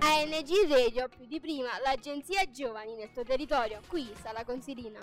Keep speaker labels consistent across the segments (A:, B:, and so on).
A: ANG Radio, più di prima, l'agenzia Giovani nel tuo territorio, qui Sala Consilina.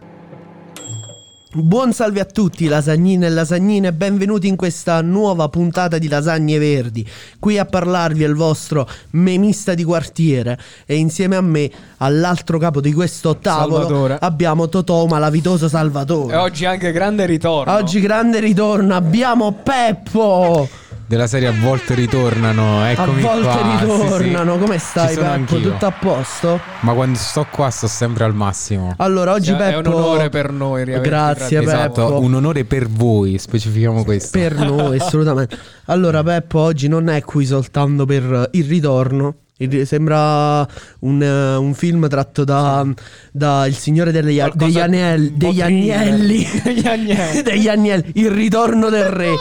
B: Buon salve a tutti lasagnine e lasagnine, benvenuti in questa nuova puntata di Lasagne Verdi. Qui a parlarvi è il vostro memista di quartiere e insieme a me, all'altro capo di questo tavolo,
C: Salvatore.
B: abbiamo Totò Malavitoso
C: E
B: Salvatore.
C: oggi anche grande ritorno.
B: Oggi grande ritorno, abbiamo Peppo!
D: Della serie a volte ritornano,
B: A
D: eccomi
B: volte
D: qua. sì, sì.
B: ritornano, come
D: Ci
B: stai
D: sono
B: Peppo?
D: anch'io.
B: Tutto a posto?
D: Ma quando sto qua sto sempre al massimo.
B: Allora, oggi
C: Sì, è
B: Peppo...
C: un onore per noi riaverti
B: Grazie
C: tra di
B: Peppo.
D: Esatto, un onore per voi, specifichiamo questo.
B: Per noi, assolutamente. Allora, Peppo oggi non è qui soltanto per eh, il ritorno. Il ri- Sembra un, eh, un film tratto da, da Il Signore degli,
C: Qualcosa
B: degli
C: un
B: Aniel-
C: po'
B: degli
C: thriller.
B: Agnelli.
C: Degli Agnelli.
B: Degli Agnelli, Il ritorno del re.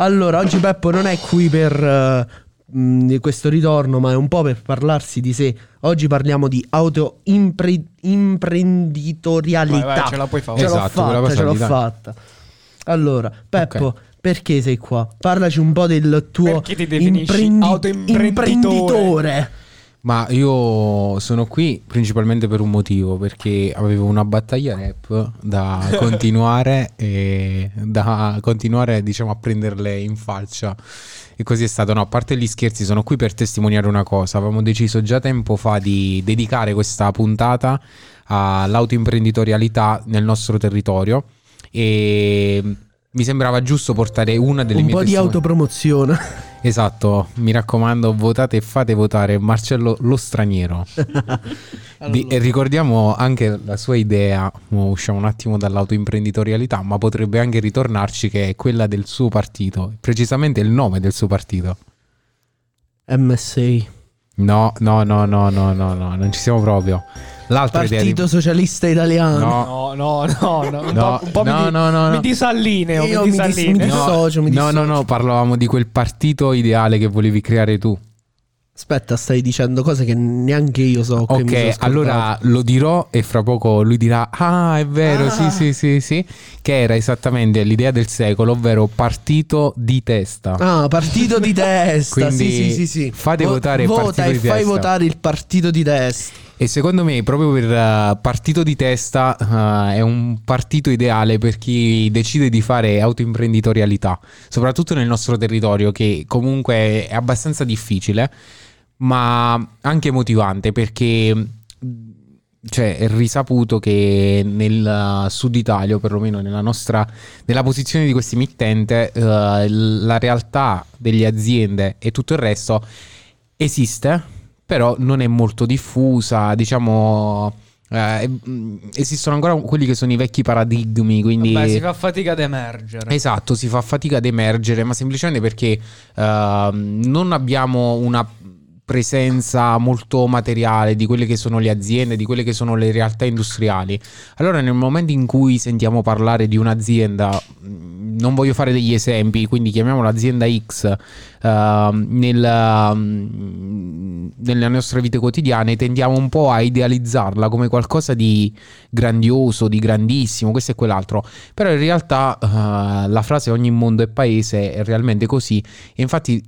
B: Allora, oggi Peppo non è qui per eh, mh, questo ritorno, ma è un po' per parlarsi di sé. Oggi parliamo di autoimprenditorialità.
C: Vai, vai, ce la puoi fare.
B: Ce l'ho
D: Esatto, quella
B: fatta,
D: cosa
B: ce l'ho
D: lì, dai.
B: fatta. Allora, Peppo,
D: Ok.
B: perché sei qua? Parlaci un po' del tuo
C: Perché ti definisci
B: imprendi-
C: autoimprenditore?
B: imprenditore.
D: Ma io sono qui principalmente per un motivo, perché avevo una battaglia rap da continuare e da continuare diciamo a prenderle in faccia. E così è stato. No, a parte gli scherzi, sono qui per testimoniare una cosa. Avevamo deciso già tempo fa di dedicare questa puntata all'autoimprenditorialità nel nostro territorio e mi sembrava giusto portare una delle
B: Un
D: mie
B: po' di
D: testimoni-
B: autopromozione.
D: Esatto, mi raccomando, votate e fate votare Marcello lo straniero. Di- e ricordiamo anche la sua idea, mo usciamo un attimo dall'autoimprenditorialità, ma potrebbe anche ritornarci che è quella del suo partito, precisamente il nome del suo partito.
B: MSI,
D: No, no, no, no, no, no, no, non ci siamo proprio. L'altra idea
B: Partito
D: di...
B: Socialista Italiano.
D: No.
C: No, no, no, no. Un
D: No,
C: po', un po'
D: no,
C: mi, di-
D: no, no,
C: mi
D: no.
C: disallineo,
B: Io mi
C: mi
B: dis- mi
C: disallineo.
B: dis- dissocio, mi
D: no, no,
B: dissocio.
D: no, parlavamo di quel partito ideale che volevi creare tu.
B: Aspetta, stai dicendo cose che neanche io so. che mi sono
D: Ok,
B: scordato.
D: allora lo dirò e fra poco lui dirà: Ah, è vero, sì, sì, sì, sì. Che era esattamente l'idea del secolo, ovvero partito di testa.
B: Ah, partito di testa.
D: Quindi
B: sì, sì, sì, sì.
D: fate votare il
B: Vota
D: partito
B: e
D: di
B: fai
D: testa.
B: votare il partito di testa.
D: E secondo me, proprio per eh, partito di testa, eh, è un partito ideale per chi decide di fare autoimprenditorialità, soprattutto nel nostro territorio, che comunque è abbastanza difficile, ma anche motivante perché. mh, Cioè, è risaputo che nel eh, sud Italia, o perlomeno nella nostra nella posizione di questo emittente, eh, la realtà delle aziende e tutto il resto esiste, però non è molto diffusa, diciamo. eh, mm, esistono ancora quelli che sono i vecchi paradigmi, quindi
C: Vabbè, si fa fatica ad emergere.
D: Esatto, si fa fatica ad emergere, ma semplicemente perché ehm, non abbiamo una presenza molto materiale di quelle che sono le aziende, di quelle che sono le realtà industriali. Allora nel momento in cui sentiamo parlare di un'azienda, mh, non voglio fare degli esempi, quindi chiamiamola azienda X, ehm, nel, mh, nelle nostre vite quotidiane tendiamo un po' a idealizzarla come qualcosa di grandioso, di grandissimo, questo e quell'altro. Però in realtà eh, la frase ogni mondo è paese è realmente così. E infatti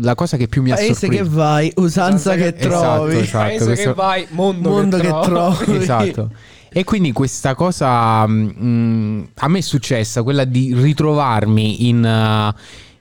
D: la cosa che più mi ha
B: Paese che
D: sorpreso...
B: vai, usanza
C: Usanza
B: che
C: che-
B: trovi.
D: Esatto,
C: Paese
D: questo-
C: che vai, mondo,
B: Mondo che
C: che trovi.
B: trovi.
D: Esatto. E quindi questa cosa mm, a me è successa, quella di ritrovarmi in, eh,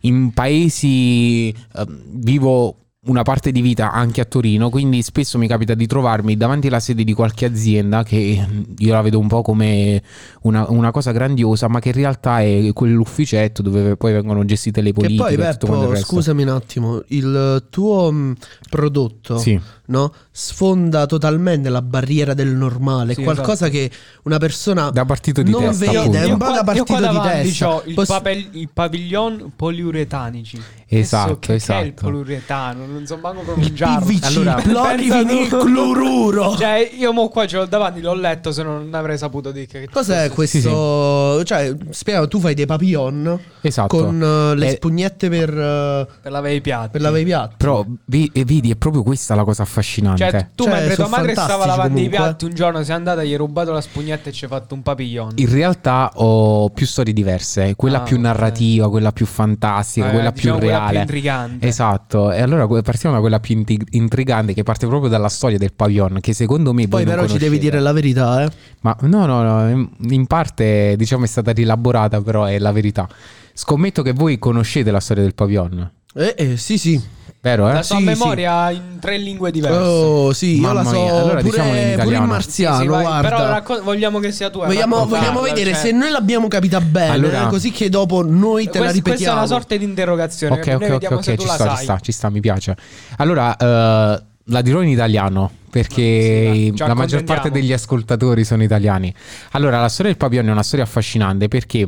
D: in paesi, eh, vivo una parte di vita anche a Torino, quindi spesso mi capita di trovarmi davanti alla sede di qualche azienda che mm, io la vedo un po' come una, una cosa grandiosa, ma che in realtà è quell'ufficetto dove poi vengono gestite le
B: Che
D: politiche
B: poi,
D: e tutto quanto
B: Peppo,
D: il resto.
B: scusami un attimo, il tuo mh, prodotto
D: Sì.
B: no, sfonda totalmente la barriera del normale.
C: Sì, esatto.
B: qualcosa che una persona
D: Da partito di
B: non
D: testa,
B: vede,
D: appunto.
B: è un po' da partito
C: io qua
B: di
C: davanti
B: testa.
C: c'ho il,
B: Poss-
C: papel- il pavilion poliuretanici.
D: Esatto,
C: Adesso che, Che è il
D: esatto.
C: poliuretano? Non so manco
B: il
C: pronunciarlo.
B: PVC,
D: Allora-
B: blocchi
C: Pensa tu.
B: cloruro.
C: Cioè, io mo qua ce l'ho davanti, l'ho letto, se no non avrei saputo di che
B: Cos'è questo? Cioè, spiega, tu fai dei papillon
D: Esatto.
B: con eh, le
D: Eh,
B: spugnette per, eh,
C: Per la i piatti.
B: per lavare i piatti.
D: Però vi- e vedi, è proprio questa la cosa affascinante.
C: Cioè, tu
B: Cioè,
C: mentre
B: sono
C: tua madre stava
B: fantastici
C: lavando i
B: comunque.
C: piatti un giorno sei andata, gli hai rubato la spugnetta e ci hai fatto un papillon.
D: In realtà ho più storie diverse, quella
C: Ah,
D: più
C: ok.
D: narrativa, quella più fantastica,
C: Eh,
D: quella più
C: diciamo quella più
D: reale.
C: intrigante.
D: Esatto, e allora que- partiamo da quella più inti- intrigante che parte proprio dalla storia del pavillon, che secondo me... voi
B: Poi
D: non
B: però ci devi
D: conoscete.
B: dire la verità, eh.
D: Ma no, no, no, in- in parte diciamo è stata rielaborata, però è la verità. Scommetto che voi conoscete la storia del pavillon,
B: Eh, eh, sì, sì.
D: vero? Eh?
C: La sua
B: Sì,
C: memoria in tre lingue diverse.
B: Oh, sì, io la
D: Mamma
B: so
D: mia, allora
B: pure,
D: diciamola in
B: pure
D: italiano.
B: in
C: Sì, sì,
B: marziano,
C: vai,
B: guarda.
C: Però racco- vogliamo che sia tua.
B: Vogliamo,
C: raccontata,
B: vogliamo vedere
C: cioè-
B: se noi l'abbiamo capita bene,
D: Allora-
B: così che dopo noi te la
C: Quest- Questa è
B: ripetiamo.
C: una sorta di interrogazione.
D: Ok,
C: noi
D: ok, ok,
C: vediamo
D: ok,
C: se tu
D: ci
C: la
D: sta, ci
C: sai.
D: sta, ci sta, mi piace. Allora, eh, la dirò in italiano perché
C: Ma Ah, sì, dai, ci
D: la maggior parte
C: accontentiamo.
D: degli ascoltatori sono italiani. Allora, la storia del pavillon è una storia affascinante perché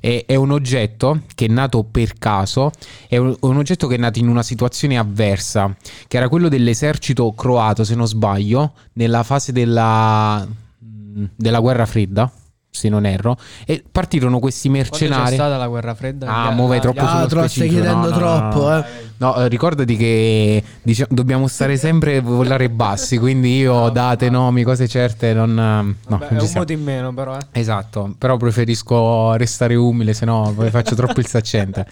D: è, è un oggetto che è nato per caso, è un, un oggetto che è nato in una situazione avversa, che era quello dell'esercito croato, se non sbaglio, nella fase della, della guerra fredda, se non erro, e partirono questi
C: Quando c'è
D: mercenari.
C: stata la guerra fredda?
D: Ah,
C: gli-
D: mo vai
C: gli-
D: troppo
C: ah,
D: sullo
B: Ah, tro- stai
D: specifico,
B: chiedendo
D: no, no, no,
B: troppo,
D: no.
B: eh.
D: No, eh, ricordati che dice- dobbiamo stare sempre a volare bassi, quindi io date, nomi, cose certe, non... eh, No,
C: Vabbè,
D: non
C: è
D: ci
C: un
D: siamo.
C: voto in meno, però. Eh.
D: Esatto, però preferisco restare umile, se no poi faccio troppo il saccente.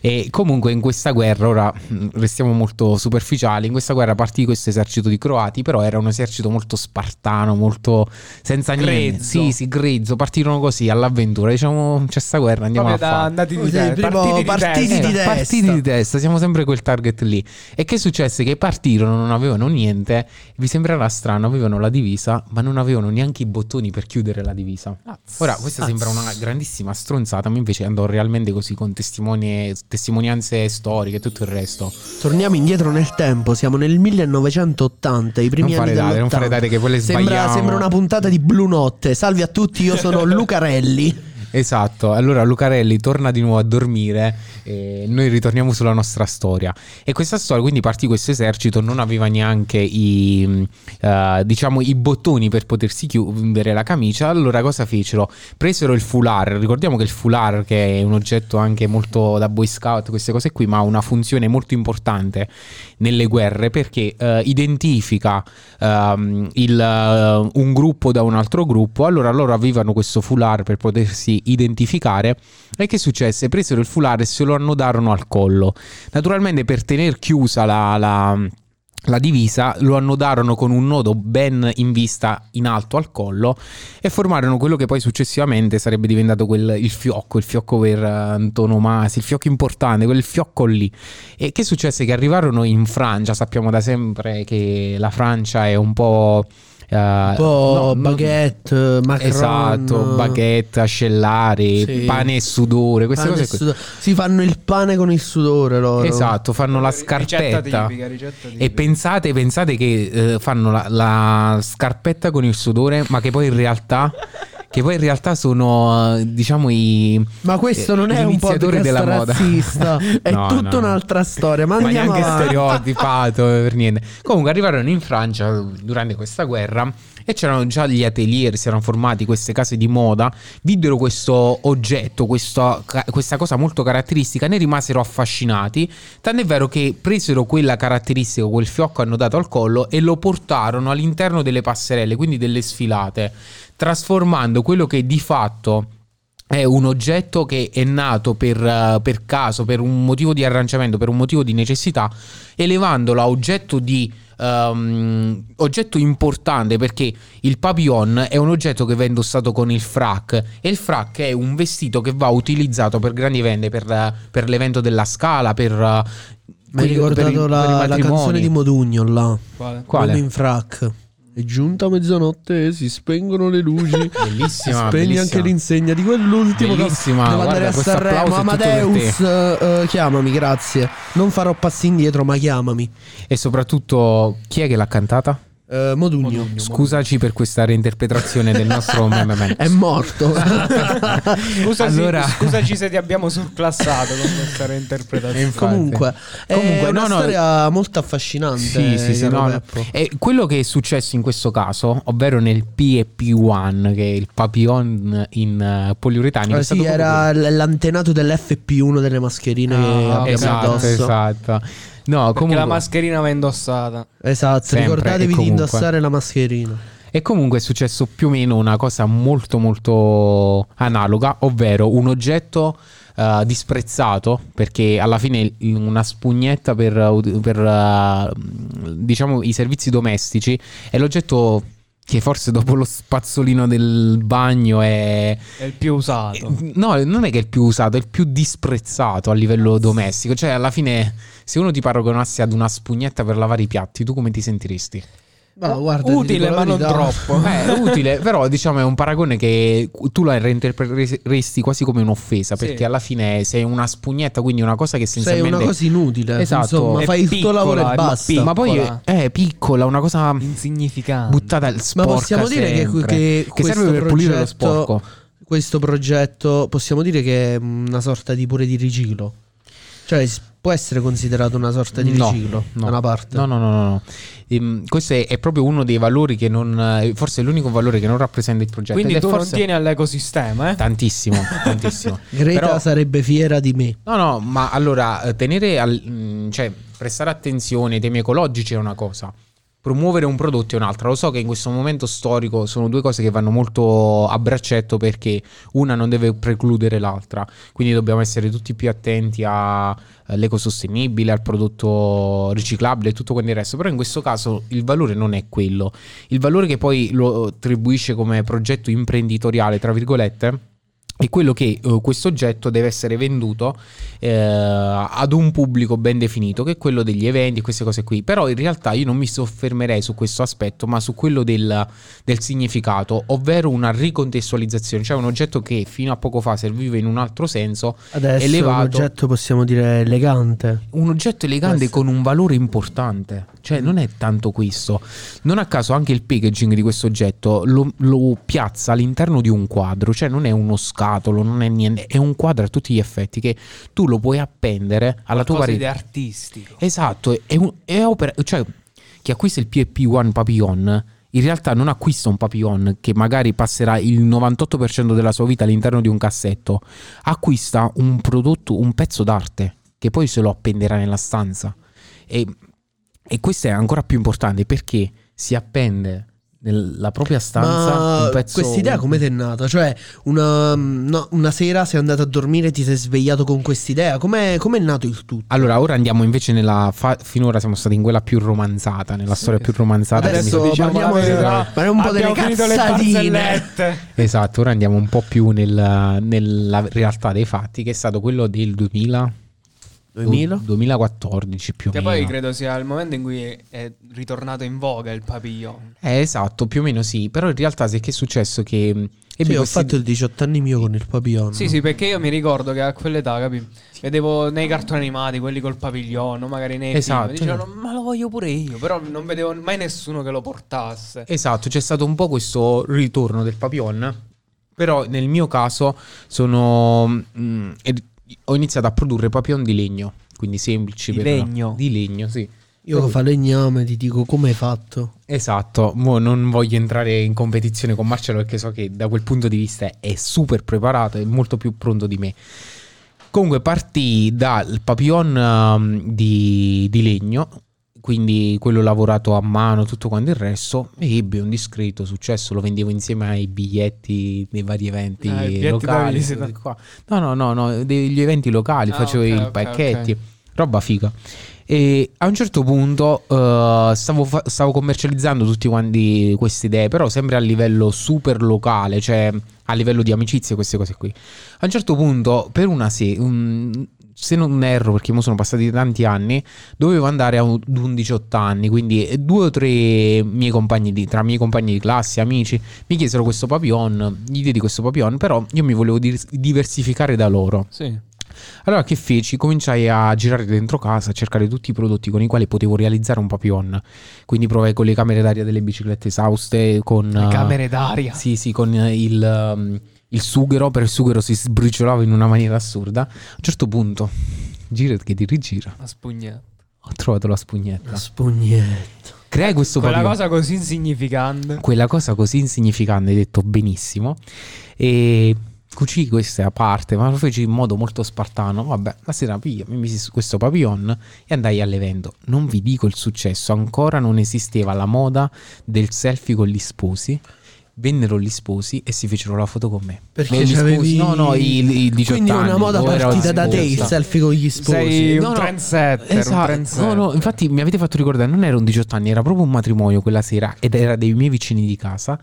D: E comunque in questa guerra, ora mh, restiamo molto superficiali, in questa guerra partì questo esercito di croati, però era un esercito molto spartano, molto senza niente.
C: Grezzo.
D: Sì, sì, grezzo, partirono così all'avventura, diciamo c'è sta guerra, andiamo
C: Proprio
D: a
C: da
D: fare.
C: andati di
B: Sì,
C: te-
B: primo-
C: partiti di
B: partiti
C: testa.
B: di
D: Eh,
B: testa.
D: partiti di testa, siamo sempre quel target lì. E che successe? Che partirono, non avevano niente. Vi sembrerà strano, avevano la divisa, ma non avevano neanche i bottoni per chiudere la divisa. Ora, questa
B: azz.
D: sembra una grandissima stronzata, ma invece andò realmente così con testimoni- testimonianze storiche e tutto il resto.
B: Torniamo indietro nel tempo, siamo nel 1980, i primi
D: Non
B: anni
D: fare date,
B: dell'80.
D: non fare date che poi le
B: sembra,
D: sbagliamo.
B: sembra una puntata di Blu Notte. Salve a tutti, io sono Lucarelli.
D: Esatto, allora Lucarelli torna di nuovo a dormire e noi ritorniamo sulla nostra storia. E questa storia, quindi partì questo esercito, non aveva neanche i, mh, eh, diciamo, i bottoni per potersi chiudere la camicia, allora cosa fecero? Presero il foulard, ricordiamo che il foulard che è un oggetto anche molto da boy scout, queste cose qui, ma ha una funzione molto importante nelle guerre perché eh, identifica ehm, il, eh, un gruppo da un altro gruppo, allora loro avevano questo foulard per potersi identificare e che successe? Presero il foulard e se lo annodarono al collo. Naturalmente per tener chiusa la... la- la divisa lo annodarono con un nodo ben in vista in alto al collo e formarono quello che poi successivamente sarebbe diventato quel, il fiocco, il fiocco per eh, antonomasi, il fiocco importante, quel fiocco lì. E che successe? Che arrivarono in Francia, sappiamo da sempre che la Francia è un po'... eh,
B: Un po'
D: no, no-
B: baguette, macron.
D: Esatto, baguette, ascellari,
B: Sì.
D: pane e sudore, queste
B: pane e
D: cose qui.
B: sudore. Si fanno il pane con il sudore loro.
D: Esatto, fanno la scarpetta.
C: Ricetta tipica, ricetta tipica.
D: E pensate, pensate che eh, fanno la, la scarpetta con il sudore, ma che poi in realtà, che poi in realtà sono, eh, diciamo, i.
B: Ma questo
D: eh,
B: non è
D: gli
B: un
D: iniziatori
B: podcast
D: della moda.
B: razzista, è
D: No,
B: tutta
D: no.
B: un'altra storia, ma andiamo
D: neanche
B: avanti.
D: stereotipato eh, per niente. Comunque arrivarono in Francia durante questa guerra e c'erano già gli atelier, si erano formati queste case di moda, videro questo oggetto, questo ca- questa cosa molto caratteristica, ne rimasero affascinati, tant'è vero che presero quella caratteristica, quel fiocco annodato al collo e lo portarono all'interno delle passerelle, quindi delle sfilate, trasformando quello che di fatto è un oggetto che è nato per, eh, per caso, per un motivo di arrangiamento, per un motivo di necessità, elevandolo a oggetto di... ehm, oggetto importante perché il papillon è un oggetto che va indossato con il frac e il frac è un vestito che va utilizzato per grandi eventi, per, eh, per l'evento della scala, per... eh,
B: Mi hai
D: quelli- per i-
B: ricordato
D: per i
B: la, la
D: matrimoni.
B: canzone di Modugno là.
C: Quale?
D: Quale?
B: Uomo in frac. È giunta mezzanotte, si spengono le luci. si
D: Bellissima,
B: spegne
D: bellissima.
B: anche l'insegna di quell'ultimo. che-
D: Bellissima,
B: Devo
D: guarda,
B: andare a
D: questo
B: Sanremo.
D: applauso è tutto per
B: Amadeus, eh, chiamami, grazie. Non farò passi indietro, ma chiamami.
D: E soprattutto, chi è che l'ha cantata?
B: Eh, Modugno.
D: Scusaci per questa reinterpretazione del nostro meme man.
B: È morto.
C: Scusaci,
D: Allora-
C: scusaci se ti abbiamo surclassato con questa reinterpretazione.
D: Infatti.
B: Comunque, è
D: Comunque,
B: una
D: no, no.
B: storia molto affascinante.
D: Sì, sì, sì,
B: caro
D: no, no.
B: Peppo.
D: E quello che è successo in questo caso, ovvero nel PEP1, che è il papillon in eh, poliuretanico,
B: Eh
D: è stato
B: sì,
D: proprio
B: era l- l'antenato dell'FP1 delle mascherine che
C: Ah,
D: quello.
B: abbiamo
D: esatto,
B: addosso.
D: esatto. No,
C: Perché
D: comunque
C: la mascherina va indossata.
B: Esatto,
D: Sempre e
B: ricordatevi di
D: comunque.
B: indossare la mascherina.
D: E comunque è successo più o meno una cosa molto molto analoga, ovvero un oggetto eh, eh, disprezzato perché alla fine il- una spugnetta per, eh, per, eh, diciamo i servizi domestici è l'oggetto che forse dopo lo spazzolino del bagno è,
C: È il più usato.
D: No, non è che è il più usato, è il più disprezzato a livello domestico. Cioè, alla fine, se uno ti paragonasse ad una spugnetta per lavare i piatti, tu come ti sentiresti?
B: Ma guarda, ti
C: Utile,
B: dico la
C: ma non
B: verità.
C: troppo.
D: Eh,
B: Esatto.
D: è utile, però diciamo è un paragone che tu la reinterpreteresti quasi come un'offesa,
C: Sì.
D: perché alla fine sei una spugnetta, quindi una cosa che
B: Sei
D: essenzialmente...
B: una cosa inutile.
D: Esatto.
B: Insomma,
D: È
B: fai il tuo
C: piccola,
B: lavoro
C: è
B: e basta.
C: piccola.
D: Ma poi
C: piccola.
D: è piccola, una cosa
C: Insignificante.
D: buttata al
B: Ma
D: sporco.
B: possiamo dire che, che,
D: che
B: questo
D: serve per pulire lo
B: progetto-
D: sporco.
B: Questo progetto possiamo dire che è una sorta di pure di riciclo. Cioè, s- può essere considerato una sorta di
D: No,
B: riciclo
D: no.
B: da una parte.
D: No, no, no, no. no. Ehm, questo è, è proprio uno dei valori che non. eh, Forse è l'unico valore che non rappresenta il progetto.
C: Quindi
D: ed è
C: tu non
D: Cioè, forse-
C: tieni all'ecosistema, eh?
D: Tantissimo, tantissimo.
B: Greta
D: Però-
B: sarebbe fiera di me.
D: No, no, ma allora eh, tenere al- mm, cioè prestare attenzione ai temi ecologici è una cosa. Promuovere un prodotto è un'altra. Lo so che in questo momento storico sono due cose che vanno molto a braccetto perché una non deve precludere l'altra. Quindi dobbiamo essere tutti più attenti a- all'ecosostenibile, al prodotto riciclabile e tutto quanto il resto. Però in questo caso il valore non è quello. Il valore che poi lo attribuisce come progetto imprenditoriale, tra virgolette, è quello che eh, questo oggetto deve essere venduto eh, ad un pubblico ben definito, che è quello degli eventi, queste cose qui. Però in realtà io non mi soffermerei su questo aspetto, ma su quello del, del significato, ovvero una ricontestualizzazione, cioè un oggetto che fino a poco fa serviva in un altro senso,
B: Adesso
D: Elevato.
B: è un oggetto possiamo dire elegante.
D: un oggetto elegante
B: Questo.
D: con un valore importante. Cioè, non è tanto questo. Non a caso anche il packaging di questo oggetto lo, lo piazza all'interno di un quadro. Cioè, non è uno scatolo, non è niente. È un quadro a tutti gli effetti che tu lo puoi appendere alla tua
C: Cose di
D: parete.
C: artistico.
D: Esatto, è, un- è opera. Cioè, chi acquista il PEP1 Papillon. In realtà non acquista un papillon che magari passerà il 98% della sua vita all'interno di un cassetto, acquista un prodotto, un pezzo d'arte che poi se lo appenderà nella stanza. E, e questo è ancora più importante perché si appende nella propria stanza un
B: Ma
D: pezzo.
B: quest'idea
D: un-
B: come ti è nata? Cioè, una, mm, no, una sera sei andato a dormire e ti sei svegliato con quest'idea. Com'è, com'è nato il tutto?
D: Allora, ora andiamo invece nella. fa- finora siamo stati in quella più romanzata, nella storia più romanzata.
B: Adesso
D: quindi-
C: diciamo
B: parliamo
C: la
B: di-
C: verità,
B: parliamo un po' delle
C: abbiamo finito le
B: cazzatine.
C: barzellette.
D: Esatto, ora andiamo un po' più nel- nella realtà dei fatti, che è stato quello del 2000,
B: 2000?
D: 2014 più o
C: Che
D: meno.
C: poi credo sia il momento in cui è- è ritornato in voga il papillon.
D: Eh, esatto, più o meno sì, però in realtà se che è successo che... mh, ebbi
B: Sì, ho
D: questi-
B: fatto il 18 anni mio con il papillon.
C: Sì, sì, perché io mi ricordo che a quell'età, capi? Vedevo nei cartoni animati quelli col paviglione, magari nei
D: Esatto.
C: film. Dicevano, ma lo voglio pure io. Però non vedevo mai nessuno che lo portasse.
D: Esatto, c'è stato un po' questo ritorno del papillon, però nel mio caso sono... mh, ed- ho iniziato a produrre papillon di legno, quindi semplici.
C: Di
D: per-
C: legno.
D: Di legno, sì.
B: Io con falegname ti dico come hai fatto.
D: Esatto, mo non voglio entrare in competizione con Marcello perché so che da quel punto di vista è super preparato e molto più pronto di me. Comunque partì dal papillon ehm, di, di legno, quindi quello lavorato a mano, tutto quanto il resto, e ebbe un discreto successo, lo vendevo insieme ai biglietti dei vari eventi
C: Ah, i biglietti da
D: locali.
C: visita.
D: cose qua. No, no, no, no, degli eventi locali,
C: Ah,
D: facevo
C: ok,
D: i
C: ok,
D: pacchetti, roba figa. E a un certo punto eh, stavo, fa- stavo commercializzando tutti quanti queste idee, però sempre a livello super locale, cioè a livello di amicizie, queste cose qui. A un certo punto, per una se, un- se non erro, perché mo sono passati tanti anni, dovevo andare a un- ad un 18 anni, quindi eh, due o tre miei compagni di, tra miei compagni di classe, amici, mi chiesero questo papillon, gli diedi questo papillon, però io mi volevo dir- diversificare da loro.
C: Sì.
D: Allora che feci? Cominciai a girare dentro casa, a cercare tutti i prodotti con i quali potevo realizzare un papillon. Quindi provai con le camere d'aria delle biciclette esauste, con...
C: Le
D: eh,
C: camere d'aria.
D: Sì, sì, con eh, il, ehm, il sughero, per il sughero si sbriciolava in una maniera assurda. A un certo punto, gira che ti rigira,
C: La spugnetta.
D: ho trovato la spugnetta.
B: La spugnetta.
D: Creai questo
C: Quella
D: papillon.
C: cosa così insignificante.
D: Quella cosa così insignificante, hai detto benissimo. E cucì questa a parte, ma lo feci in modo molto spartano. Vabbè, la sera piglia, mi misi su questo papillon e andai all'evento. Non vi dico il successo, ancora non esisteva la moda del selfie con gli sposi. vennero gli sposi e si fecero la foto con me.
B: Perché
D: E gli
B: c'avevi-
D: sposi? No, no, i, i 18
B: Quindi è una
D: anni,
B: moda
D: o ero
B: partita
D: al
B: da te, il
D: 18.
B: selfie con gli sposi.
C: Sei un
D: No, no,
C: trendsetter, un
D: Esatto.
C: trendsetter.
D: No, no, infatti mi avete fatto ricordare, non era un 18 anni, era proprio un matrimonio quella sera ed era dei miei vicini di casa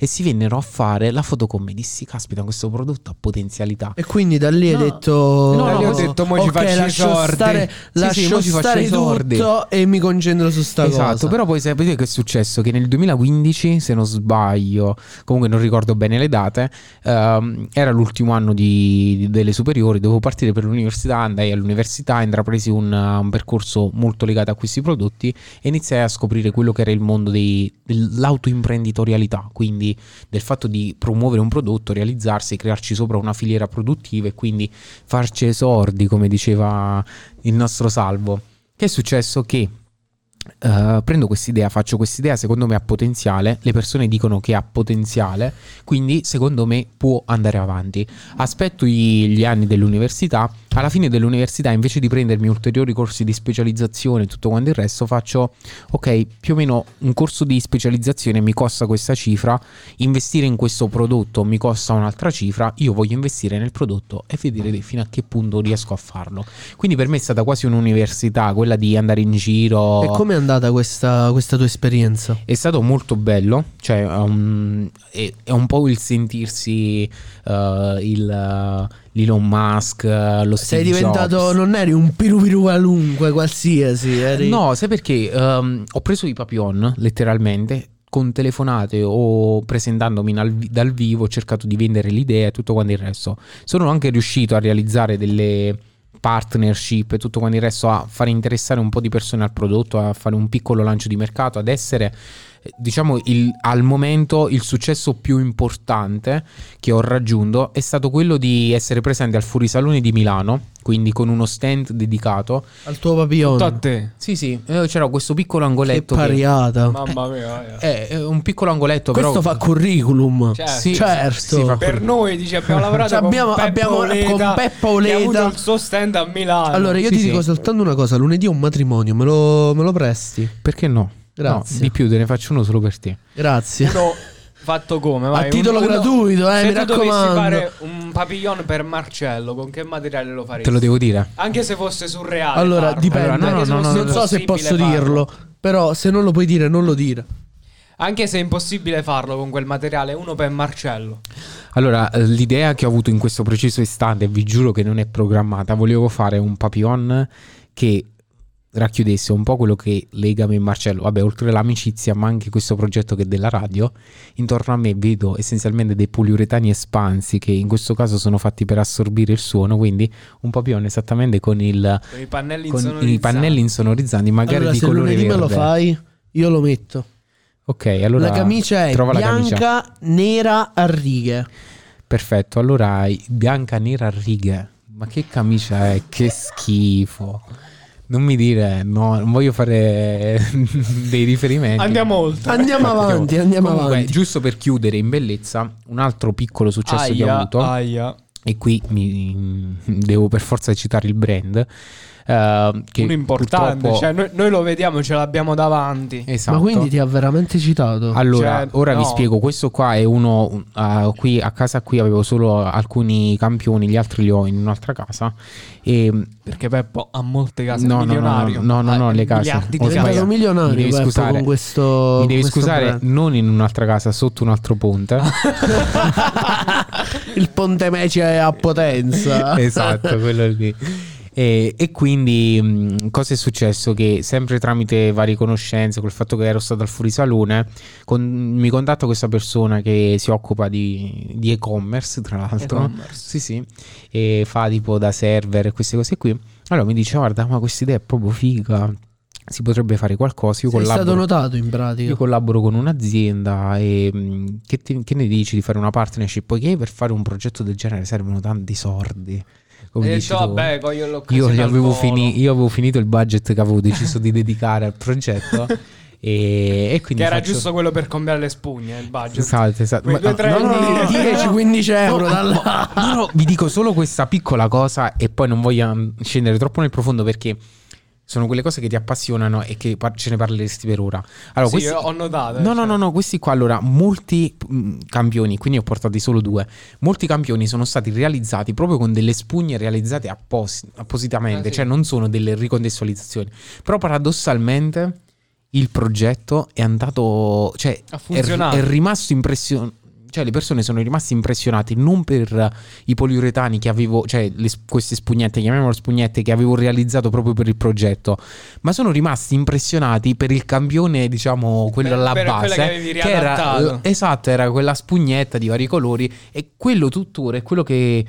D: e si vennero a fare la foto con me. Dissi, caspita, questo prodotto ha potenzialità.
B: E quindi da lì
D: No.
B: hai detto:
D: No, no,
B: "Ok,
D: io ho
C: detto, mo ci faccio i
B: lascio
C: sordi."
B: stare,
D: Sì, sì,
B: lascio
D: mo ci faccio
B: stare
D: i sordi.
B: tutto e mi concentro su sta
D: esatto,
B: cosa.
D: però poi sapete che è successo? Che nel 2015, se non sbaglio, comunque non ricordo bene le date, ehm, era l'ultimo anno di- di- delle superiori, dovevo partire per l'università, andai all'università, intrapresi un, uh, un percorso molto legato a questi prodotti e iniziai a scoprire quello che era il mondo dei- dell'autoimprenditorialità, quindi del fatto di promuovere un prodotto, realizzarsi, crearci sopra una filiera produttiva e quindi farci esordi, come diceva il nostro salvo. Che è successo? Che eh, prendo quest'idea, faccio quest'idea, secondo me ha potenziale, le persone dicono che ha potenziale, quindi secondo me può andare avanti. Aspetto i- gli anni dell'università, alla fine dell'università invece di prendermi ulteriori corsi di specializzazione e tutto quanto il resto faccio, ok, più o meno un corso di specializzazione mi costa questa cifra, investire in questo prodotto mi costa un'altra cifra, io voglio investire nel prodotto e vedere fino a che punto riesco a farlo. Quindi per me è stata quasi un'università, quella di andare in giro.
B: E com'è andata questa, questa tua esperienza?
D: È stato molto bello, cioè um, è, è un po' il sentirsi eh, il, eh, l'Elon Musk, eh, lo
B: Sei
D: Steve
B: diventato,
D: Jobs.
B: non eri un pirupiru qualunque, qualsiasi. Eri...
D: No, sai perché? Ehm, ho preso i papillon, letteralmente, con telefonate o presentandomi in al- dal vivo, ho cercato di vendere l'idea e tutto quanto il resto. Sono anche riuscito a realizzare delle partnership e tutto quanto il resto, a far interessare un po' di persone al prodotto, a fare un piccolo lancio di mercato, ad essere... eh, Diciamo il- al momento il successo più importante che ho raggiunto è stato quello di essere presente al Furisalone di Milano, quindi con uno stand dedicato
B: Al tuo
C: Tutto a
B: papillon.
C: te.
D: sì, sì, eh, c'era questo piccolo
B: Che
D: angoletto. Che
B: pariata.
C: Mamma mia. eh.
D: è un piccolo angoletto,
B: Questo
D: però.
B: fa curriculum.
C: Cioè,
D: Sì,
B: certo.
D: sì, fa-
C: Per noi dice abbiamo lavorato
B: Cioè, abbiamo-
C: con, Peppa
B: abbiamo-
C: Oleda,
B: con Peppa Oleda.
C: che ha avuto il suo stand a Milano.
B: Allora, io
D: Sì,
B: ti
D: sì.
B: dico soltanto una cosa: lunedì ho un matrimonio, me lo, me lo presti?
D: Perché no?
B: Grazie.
D: No, di più, te ne faccio uno solo per te.
B: Grazie.
C: uno fatto come? Vai,
B: a titolo
C: uno-
B: gratuito, eh,
C: Se
B: mi
C: tu
B: raccomando.
C: dovessi fare un papillon per Marcello, con che materiale lo faresti?
D: Te lo devo dire.
C: Anche se fosse surreale.
B: Allora,
C: farlo.
B: dipende.
D: Allora, no,
C: Anche
D: no, no,
C: fosse
D: no,
B: non so se
C: impossibile
B: posso
C: farlo.
B: dirlo, però se non lo puoi dire, non lo dire.
C: Anche se è impossibile farlo con quel materiale, uno per Marcello.
D: Allora, eh, l'idea che ho avuto in questo preciso istante, vi giuro che non è programmata, volevo fare un papillon che racchiudesse un po' quello che lega me e Marcello, vabbè, oltre l'amicizia, ma anche questo progetto che è della radio. Intorno a me vedo essenzialmente dei poliuretani espansi che in questo caso sono fatti per assorbire il suono, quindi un papillon esattamente con il
C: Con i pannelli
D: con
C: insonorizzanti.
D: i pannelli insonorizzanti, magari
B: allora,
D: di
B: se
D: colore
B: lunedì
D: verde.
B: me lo fai, io lo metto.
D: Ok, allora
B: la camicia è
D: trova la
B: bianca,
D: camicia.
B: nera a righe.
D: Perfetto, allora i- bianca nera a righe. Ma che camicia è? Che schifo. Non mi dire, no, non voglio fare dei riferimenti.
C: Andiamo oltre.
B: Andiamo
D: Ecco.
B: avanti, andiamo
D: Comunque,
B: avanti.
D: giusto per chiudere in bellezza, un altro piccolo successo che ho
C: Aia,
D: avuto.
C: aia.
D: e qui mi, devo per forza citare il brand. eh, che
C: un importante.
D: purtroppo-
C: Cioè, noi, noi lo vediamo, ce l'abbiamo davanti.
D: Esatto.
B: Ma quindi ti ha veramente citato?
D: Allora,
C: Cioè,
D: ora
C: no.
D: vi spiego, questo qua è uno, un- ah, qui a casa qui avevo solo alcuni campioni, gli altri li ho in un'altra casa. E,
C: Perché Peppo ha molte case.
D: no,
C: è
D: no, no,
C: milionario.
D: no, no,
B: Ah,
D: no,
C: Ha
D: le case.
C: miliardi
D: Ho
C: di
B: diventato
C: case.
D: sbagliato.
B: milionario,
D: Mi devi
B: Peppo,
D: scusare.
B: con questo-
D: Mi devi
B: con questo
D: scusare,
B: brand.
D: non in un'altra casa, sotto un altro ponte.
B: Il Ponte Meci è a Potenza.
D: esatto, quello lì. E, e quindi mh, cosa è successo? Che sempre tramite varie conoscenze, col fatto che ero stato al furisalone, con- mi contatta questa persona che si occupa di, di e-commerce, tra l'altro. Sì, sì, e fa tipo da server e queste cose qui. Allora mi dice, guarda, ma questa idea è proprio figa, si potrebbe fare qualcosa. Io
B: Sei stato
D: collaboro.
B: notato in
D: Io
B: pratica.
D: collaboro con un'azienda e mh, che, ti- che ne dici di fare una partnership? Poiché per fare un progetto del genere servono tanti sordi. Come
C: Hai
D: dici
C: detto,
D: tu.
C: vabbè, voglio l'occasione
D: io, li
C: al
D: avevo
C: volo.
D: fini- io avevo finito il budget che avevo deciso di dedicare al progetto e, e
C: Che
D: quindi
C: era
D: faccio-
C: giusto quello per cambiare le spugne, il budget.
D: Esatto, esatto.
C: Quei
D: Ma-
C: due, tre
D: no, no, no, no,
C: lire.
B: 10-15 euro dalla...
D: No, no, vi dico solo questa piccola cosa e poi non voglio mm, scendere troppo nel profondo perché sono quelle cose che ti appassionano e che par- ce ne parleresti per ora. Allora,
C: Sì,
D: questi-
C: ho notato.
D: No,
C: cioè.
D: no, no, no, questi qua allora, molti mh, campioni, qui ne ho portati solo due, molti campioni sono stati realizzati proprio con delle spugne realizzate appos- appositamente,
C: Ah, sì.
D: cioè non sono delle ricontestualizzazioni, però paradossalmente il progetto è andato, cioè
C: Ha
D: è,
C: funzionato.
D: è rimasto impressionato. Cioè, le persone sono rimaste impressionate non per i poliuretani che avevo, cioè le sp- queste spugnette, chiamiamole spugnette, che avevo realizzato proprio per il progetto, ma sono rimasti impressionati per il campione, diciamo, quello
C: Per-
D: alla
C: per quella
D: base,
C: che avevi
D: era,
C: riadattato.
D: esatto, era quella spugnetta di vari colori e quello tuttora è quello che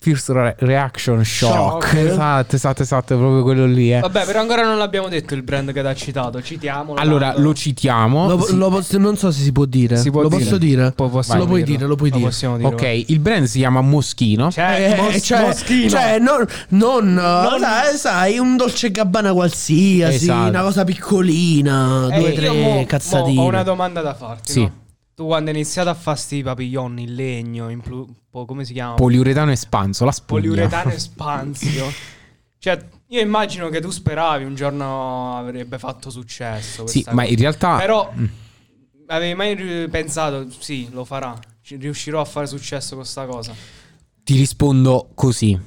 D: First Re- Reaction Shock,
C: Shock.
D: esatto, esatto, esatto, proprio quello lì, eh.
C: Vabbè, però ancora non l'abbiamo detto il brand che t'ha citato. Citiamolo.
D: Allora,
C: tanto.
D: lo citiamo.
B: Lo-
D: Sì.
B: lo posso- non so se si può dire.
C: Si può
B: lo
C: dire.
B: posso dire?
C: Po- possiamo
B: lo puoi
C: dirlo.
B: dire, lo puoi dire.
C: possiamo dire.
D: Ok, il brand si chiama Moschino.
C: Cioè,
B: Eh,
C: mos-
B: cioè,
C: moschino.
B: cioè, non, non,
C: Non-
B: Sai, sai, un dolce gabbana qualsiasi,
D: Esatto.
B: una cosa piccolina,
C: Eh,
B: due o
C: io mo- mo
B: tre cazzatine.
C: Ho una domanda da farti.
D: Sì.
C: no? Tu quando hai iniziato a fare sti papiglioni in legno, in plu- po- come si chiama?
D: Poliuretano espanso, la spugna.
C: Poliuretano espansio. cioè, io immagino che tu speravi un giorno avrebbe fatto successo.
D: Sì,
C: questa
D: ma
C: cosa.
D: in realtà
C: Però avevi mai ri- pensato, sì, lo farà, ci- riuscirò a fare successo con sta cosa?
D: ti rispondo così.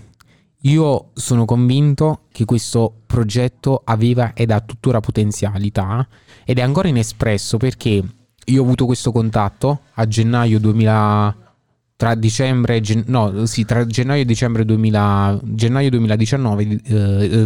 D: Io sono convinto che questo progetto aveva ed ha tuttora potenzialità ed è ancora inespresso perché io ho avuto questo contatto a gennaio 2000 tra dicembre e gen- no, sì, tra gennaio e dicembre 2000 gennaio 2019 eh,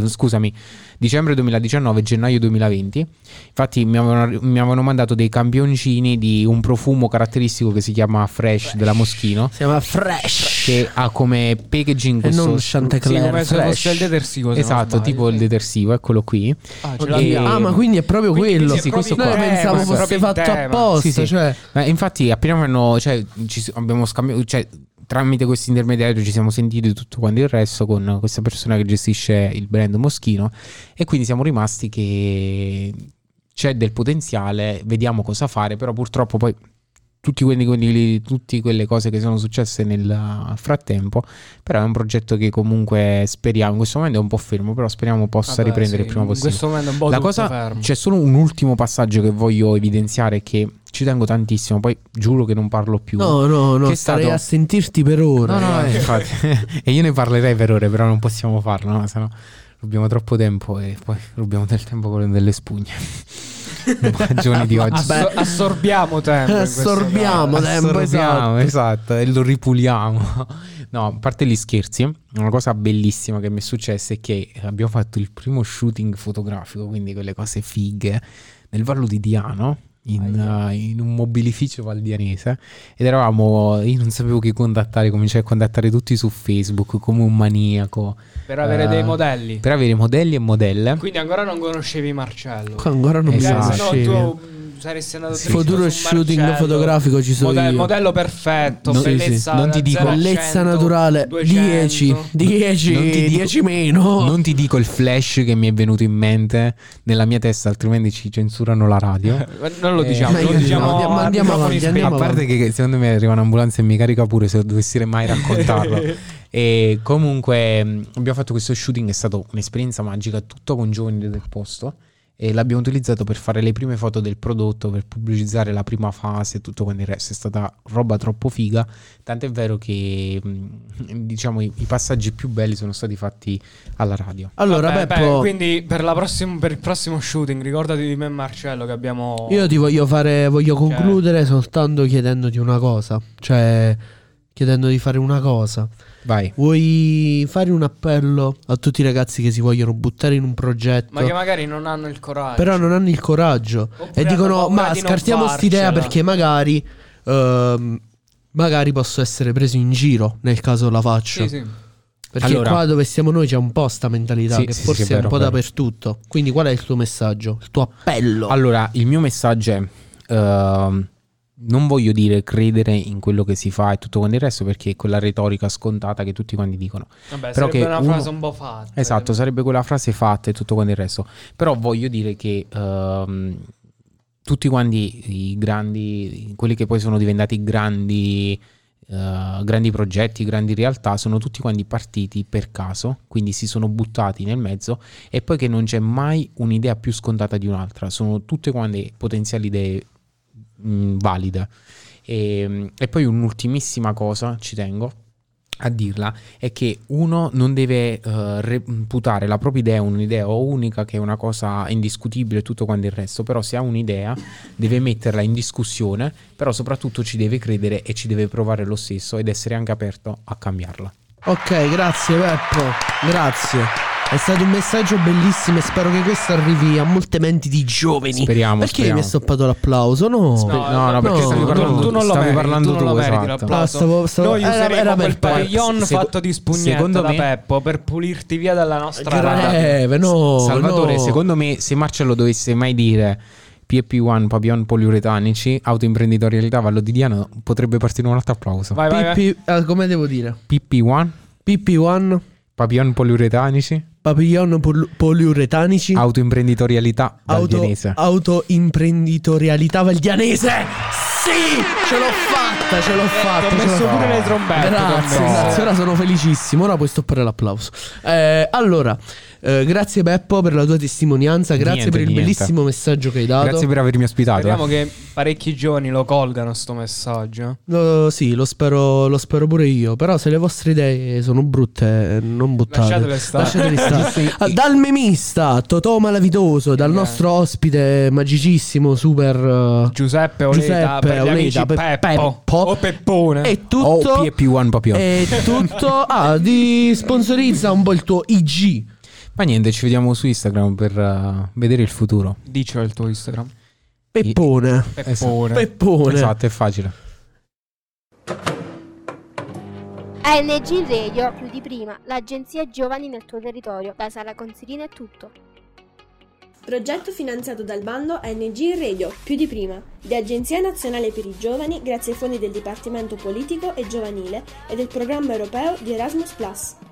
D: eh, scusami, dicembre 2019 gennaio 2020. Infatti mi avevano, mi avevano mandato dei campioncini di un profumo caratteristico che si chiama Fresh della Moschino
B: Si chiama Fresh.
D: che ha come packaging
B: E
D: questo
B: non
C: Sì,
B: Chantecler
C: come se
B: Fresh.
C: fosse il detersivo. se non
D: Esatto,
C: sbaglio.
D: tipo il detersivo, eccolo qui.
C: Ah, ce
D: E-
C: l'abbiamo.
B: Ah, ma quindi è proprio
C: Quindi-
B: quello.
C: quindi sì, questo
B: Noi
C: qua.
B: pensavo
C: Eh, questo
B: fosse
C: è proprio
B: fatto
C: il tema.
B: apposta.
D: Sì, sì.
B: Cioè,
D: Ma infatti, appena hanno, cioè, ci si- abbiamo scambiato, cioè, tramite questo intermediario ci siamo sentiti tutto quanto il resto con questa persona che gestisce il brand Moschino e quindi siamo rimasti che c'è del potenziale, vediamo cosa fare, però purtroppo poi tutti quelli, quelli- tutte quelle cose che sono successe nel frattempo, però è un progetto che comunque speriamo, in questo momento è un po' fermo, però speriamo possa
C: Vabbè,
D: riprendere
C: Ah, sì,
D: il prima
C: in
D: possibile.
C: questo momento è un po'
D: La
C: tutto
D: cosa-
C: fermo.
D: C'è solo un ultimo passaggio che voglio evidenziare che ci tengo tantissimo, poi giuro che non parlo più.
B: no, no, no.
D: Che è
B: Starei
D: stato-
B: a sentirti per ora.
D: No, no, eh, infatti. e io ne parlerei per ore, però non possiamo farlo, no? sennò rubiamo troppo tempo e poi rubiamo del tempo con delle spugne. Immagini di oggi.
C: Asso- assorbiamo tempo. in questo
B: Assorbiamo.
C: caso.
B: tempo,
D: Assorbiamo, esatto, e lo ripuliamo. No, a parte gli scherzi, una cosa bellissima che mi è successa è che abbiamo fatto il primo shooting fotografico, quindi quelle cose fighe, nel Vallo di Diano. In, eh, in un mobilificio valdianese ed eravamo io non sapevo chi contattare cominciai a contattare tutti su facebook come un maniaco
C: Per avere dei
D: Eh,
C: modelli.
D: per avere modelli e modelle
C: Quindi ancora non conoscevi Marcello.
B: Qua ecco, ancora non
D: Esatto.
B: mi
C: Cioè,
B: conoscevi.
C: se no tu mh, saresti andato dritto
B: Futuro
C: su
B: shooting
C: Marcello.
B: fotografico ci sono
C: Modello,
B: io.
C: modello perfetto,
D: No, sì, sì.
C: bellezza
D: Non ti
C: da
D: dico-
C: 0 a
B: Bellezza
C: 100,
B: naturale
C: 200.
B: 10, 10,
D: Non ti dico-
B: 10 meno.
D: Non ti dico il flash che mi è venuto in mente nella mia testa, altrimenti ci censurano la radio.
C: Non lo
D: Eh,
C: diciamo,
B: meglio
C: lo
B: di no.
C: diciamo
B: Andiamo-
C: a
B: andiamo
C: microfoni
B: avanti,
D: A
B: andiamo
C: spenti.
D: parte che che secondo me arriva un'ambulanza e mi carica pure se dovessi mai raccontarlo. e comunque mh, abbiamo fatto questo shooting, è stata un'esperienza magica, tutto con giovani del posto. E l'abbiamo utilizzato per fare le prime foto del prodotto, per pubblicizzare la prima fase e tutto quanto il resto. È stata roba troppo figa. Tant'è vero che mh, diciamo i, i passaggi più belli sono stati fatti alla radio.
B: Allora,
C: Vabbè, beh,
B: Beppo,
C: quindi per, la prossima- per il prossimo shooting ricordati di me e Marcello che abbiamo...
B: io ti voglio fare. Voglio
D: Cioè.
C: Ok.
B: concludere soltanto chiedendoti una cosa. Cioè, chiedendo di fare una cosa.
D: Vai.
B: Vuoi fare un appello a tutti i ragazzi che si vogliono buttare in un progetto?
C: Ma che magari non hanno il coraggio.
B: Ah, Però non hanno il coraggio
C: Oppure
B: e
C: hanno
B: dicono:
C: paura
B: Ma
C: di non
B: scartiamo st'idea
C: farcela."
B: perché magari. ehm, magari posso essere preso in giro nel caso la faccio.
C: Sì, sì.
B: Perché
D: Allora-
B: qua dove siamo noi c'è un po' sta mentalità
D: Sì,
B: che
D: sì, sì,
B: forse
D: è
B: è,
D: vero,
B: un po'
D: è vero.
B: dappertutto. Quindi qual è il tuo messaggio? Il tuo appello?
D: Allora, il mio messaggio è: ehm, non voglio dire credere in quello che si fa e tutto quanto il resto, perché è quella retorica scontata che tutti quanti dicono.
C: Vabbè,
D: Però
C: sarebbe
D: che
C: una
D: uno-
C: frase un po' fatta.
D: Esatto, sarebbe quella frase fatta e tutto quanto il resto. Però voglio dire che ehm, tutti quanti i grandi, quelli che poi sono diventati grandi eh, grandi progetti, grandi realtà, sono tutti quanti partiti per caso, quindi si sono buttati nel mezzo e poi che non c'è mai un'idea più scontata di un'altra, sono tutte quante potenziali idee mh, valide. E, e poi un'ultimissima cosa, ci tengo a dirla, è che uno non deve eh, reputare la propria idea un'idea unica, che è una cosa indiscutibile e tutto quanto il resto, però se ha un'idea deve metterla in discussione, però soprattutto ci deve credere e ci deve provare lo stesso ed essere anche aperto a cambiarla.
B: Ok, grazie Peppo, grazie. È stato un messaggio bellissimo e spero che questo arrivi a molte menti di giovani.
D: Speriamo,
B: Perché
D: speriamo.
B: mi è stoppato l'applauso? No.
D: Sper- no, no, perché
B: no,
D: stavi
B: tu-
D: parlando
B: tu
D: tu,
C: non lo
D: stavi
C: meriti,
D: parlando
C: tu non lo meriti
D: esatto.
C: l'applauso.
B: Ah, stavo- stavo-
C: Noi
B: era-
C: useremo
B: era per-
C: quel pavillon
D: se-
C: fatto di spugnetta
D: secondo
C: da
D: me-
C: Peppo per pulirti via dalla nostra rada.
B: Greve, Eh, no.
D: Salvatore,
B: no.
D: secondo me, se Marcello dovesse mai dire PP1 Papillon poliuretanici, autoimprenditorialità vallotidiana, potrebbe partire un altro applauso.
C: Vai, vai, vai.
B: PP, eh, come devo dire?
D: PP1
B: PP1,
D: Papillon poliuretanici,
B: papillon pol- poliuretanici,
D: autoimprenditorialità
B: auto,
D: valdianese.
B: autoimprenditorialità valdianese. Sì, ce l'ho fatta, ce l'ho fatta.
C: Ti ho
B: ce l'ho
C: messo
B: fatta.
C: pure le trombette.
B: Grazie,
C: Tommaso.
B: grazie, ora sono felicissimo, ora puoi stoppare l'applauso. Eh, allora, eh, grazie Beppo per la tua testimonianza, grazie
D: Niente,
B: per il
D: niente.
B: bellissimo messaggio che hai dato.
D: Grazie per avermi ospitato.
C: Speriamo
D: eh.
C: che parecchi giovani lo colgano sto messaggio.
B: Lo- sì, lo spero, lo spero pure io, però se le vostre idee sono brutte eh, non buttate.
C: Lasciatele stare.
B: Lasciatele stare. Ah, Dal memista Totò Malavitoso, dal
C: Yeah.
B: nostro ospite magicissimo, super... eh,
C: Giuseppe Oleta
B: Giuseppe
C: per gli amici
B: Oleta, per
C: Peppo.
B: Peppo.
C: o Peppone.
B: E
D: O
B: tutto... Eh.
D: PP1 Papillon.
B: E tutto... Ah, di sponsorizza un po' il tuo IG.
D: Ma niente, ci vediamo su Instagram per eh, vedere il futuro.
C: Dicelo il tuo Instagram.
B: Peppone.
C: Peppone.
B: Peppone.
D: Esatto, è facile.
A: ANG Radio, più di prima, l'agenzia giovani nel tuo territorio, la sala consilina è tutto.
E: Progetto finanziato dal bando ANG Radio, più di prima, di Agenzia Nazionale per i Giovani grazie ai fondi del Dipartimento Politico e Giovanile e del Programma Europeo di Erasmus ⁇